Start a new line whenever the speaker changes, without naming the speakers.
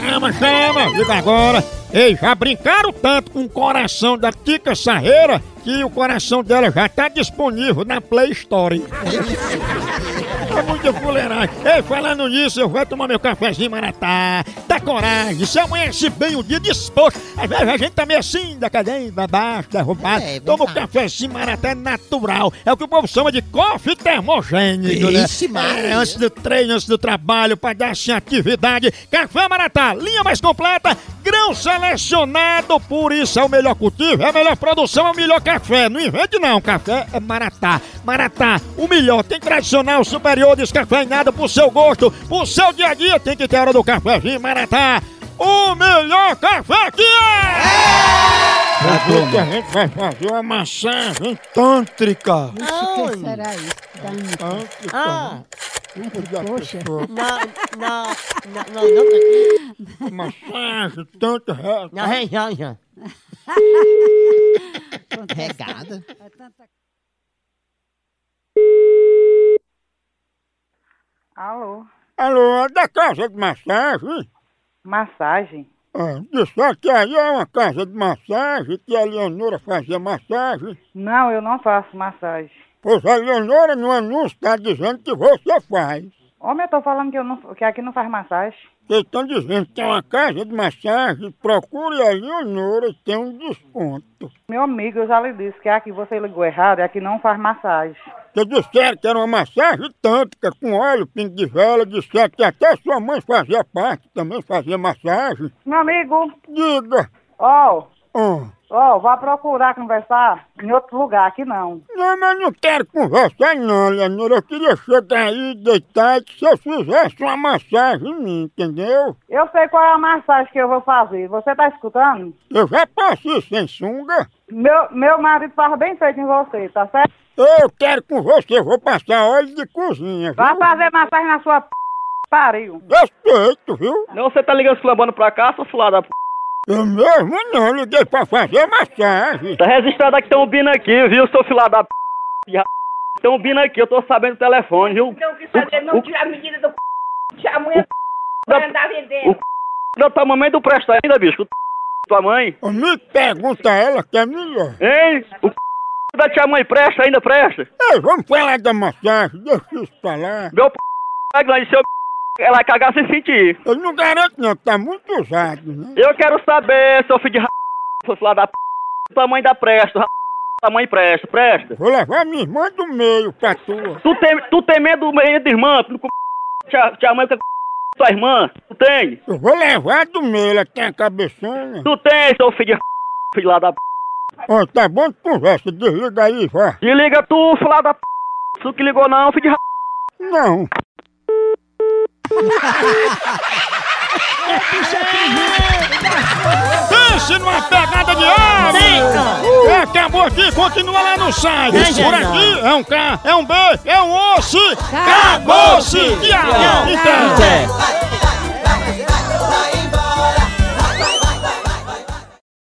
chama, chama! Liga agora! Ei, já brincaram tanto com o coração da Tica Sarreira que o coração dela já tá disponível na Play Store. É muita fuleiragem. Ei, falando nisso, eu vou tomar meu cafezinho maratá. Dá coragem, se amanhece bem o dia disposto. Às vezes a gente tá meio assim, da cadeia, da baixa, derrubado.
É, é
Toma o
verdade.
cafezinho maratá natural. É o que o povo chama de coffee termogênico, né?
Ixi, Maria.
É, antes do treino, antes do trabalho, pra dar sem atividade. Café maratá, linha mais completa, grão selecionado, por isso é o melhor cultivo, é a melhor produção, é o melhor café. Não invente não, café é maratá. Maratá, o melhor, tem tradicional, superior, descafeinado, pro seu gosto, pro seu dia a dia, tem que ter hora do cafezinho, maratá. O melhor café que é! Hoje a gente vai fazer uma massagem tântrica.
O que será isso? Tá
Tântrica.
Ah.
Não podia
Poxa.
pessoa.
Na, na, na, na, na,
Massagem, tanto resto.
na região, já.
acontece
Pegada.
tanta
Alô,
Alô, é da casa de massagem?
massagem?
Ah, disse que aí é uma casa de massagem, que a Leonora fazia massagem.
Não, eu não faço massagem.
Pois a Leonora no anúncio está dizendo que você faz.
Homem, eu tô falando que, eu não, que aqui não faz massagem.
Eles estão dizendo que é uma casa de massagem, procure a Leonora e tem um desconto.
Meu amigo, eu já lhe disse que aqui você ligou errado e aqui não faz massagem.
Porque disseram que era uma massagem tântrica, com óleo, pinto de vela, disseram que até sua mãe fazia parte, também fazia massagem.
Meu amigo,
Diga,
ó,
ah,
ó, vá procurar conversar em outro lugar, aqui não.
Não, mas não quero conversar não, Leonora. Eu queria chegar aí, deitar, e que se eu fizesse uma massagem em mim, entendeu?
Eu sei qual é a massagem que eu vou fazer, você tá escutando?
Eu já passei sem sunga.
Meu, meu marido faz bem feito em você, tá certo?
Eu quero com você, vou passar óleo de cozinha, viu?
Vá fazer massagem na sua p... pariu.
Respeito, viu?
Não, você tá ligando flambando pra cá, sua fulada. p***.
Eu mesmo não liguei pra fazer massagem.
Tá registrado aqui, tem um bino aqui, viu, seu filada. p***, de ra- Tem um bino aqui, eu tô sabendo o telefone, viu?
Não quis saber, tá não tirar a medida do c. Tia mulher vai andar vendendo.
Não, tua mamãe não presta ainda, bicho. O c- Tua mãe.
Eu me pergunta a ela que é melhor.
Hein? O c... da tia mãe presta ainda, presta?
Ei, vamos falar da massagem, deixa isso pra lá.
Meu p... é grande, seu p... ela vai cagar sem sentir.
Eu não garanto não, tá muito usado, né?
Eu quero saber, seu filho de ra... seu filho da p... Tua mãe dá presta, ra... tua mãe presta, presta.
Vou levar minha irmã do meio pra tua.
Tu tem, tu tem medo, medo, irmã? Tu não com p... tia, tia mãe é com p... tua irmã? Tu tem?
Eu vou levar do meio, ela tem a cabeçona.
Tu tem, seu filho de filho lá da p.
Ó, tá bom de conversa, desliga aí, vá.
Se liga tu, filho lá da p. Tu que ligou não, filho de ra...
Não. Pense numa pegada de homem! É, Acabou aqui, continua lá no site. Por aqui é um K, é um B, é um osso. Acabou-se! Acabou-se. Tchau. Então.
Vai, vai, vai.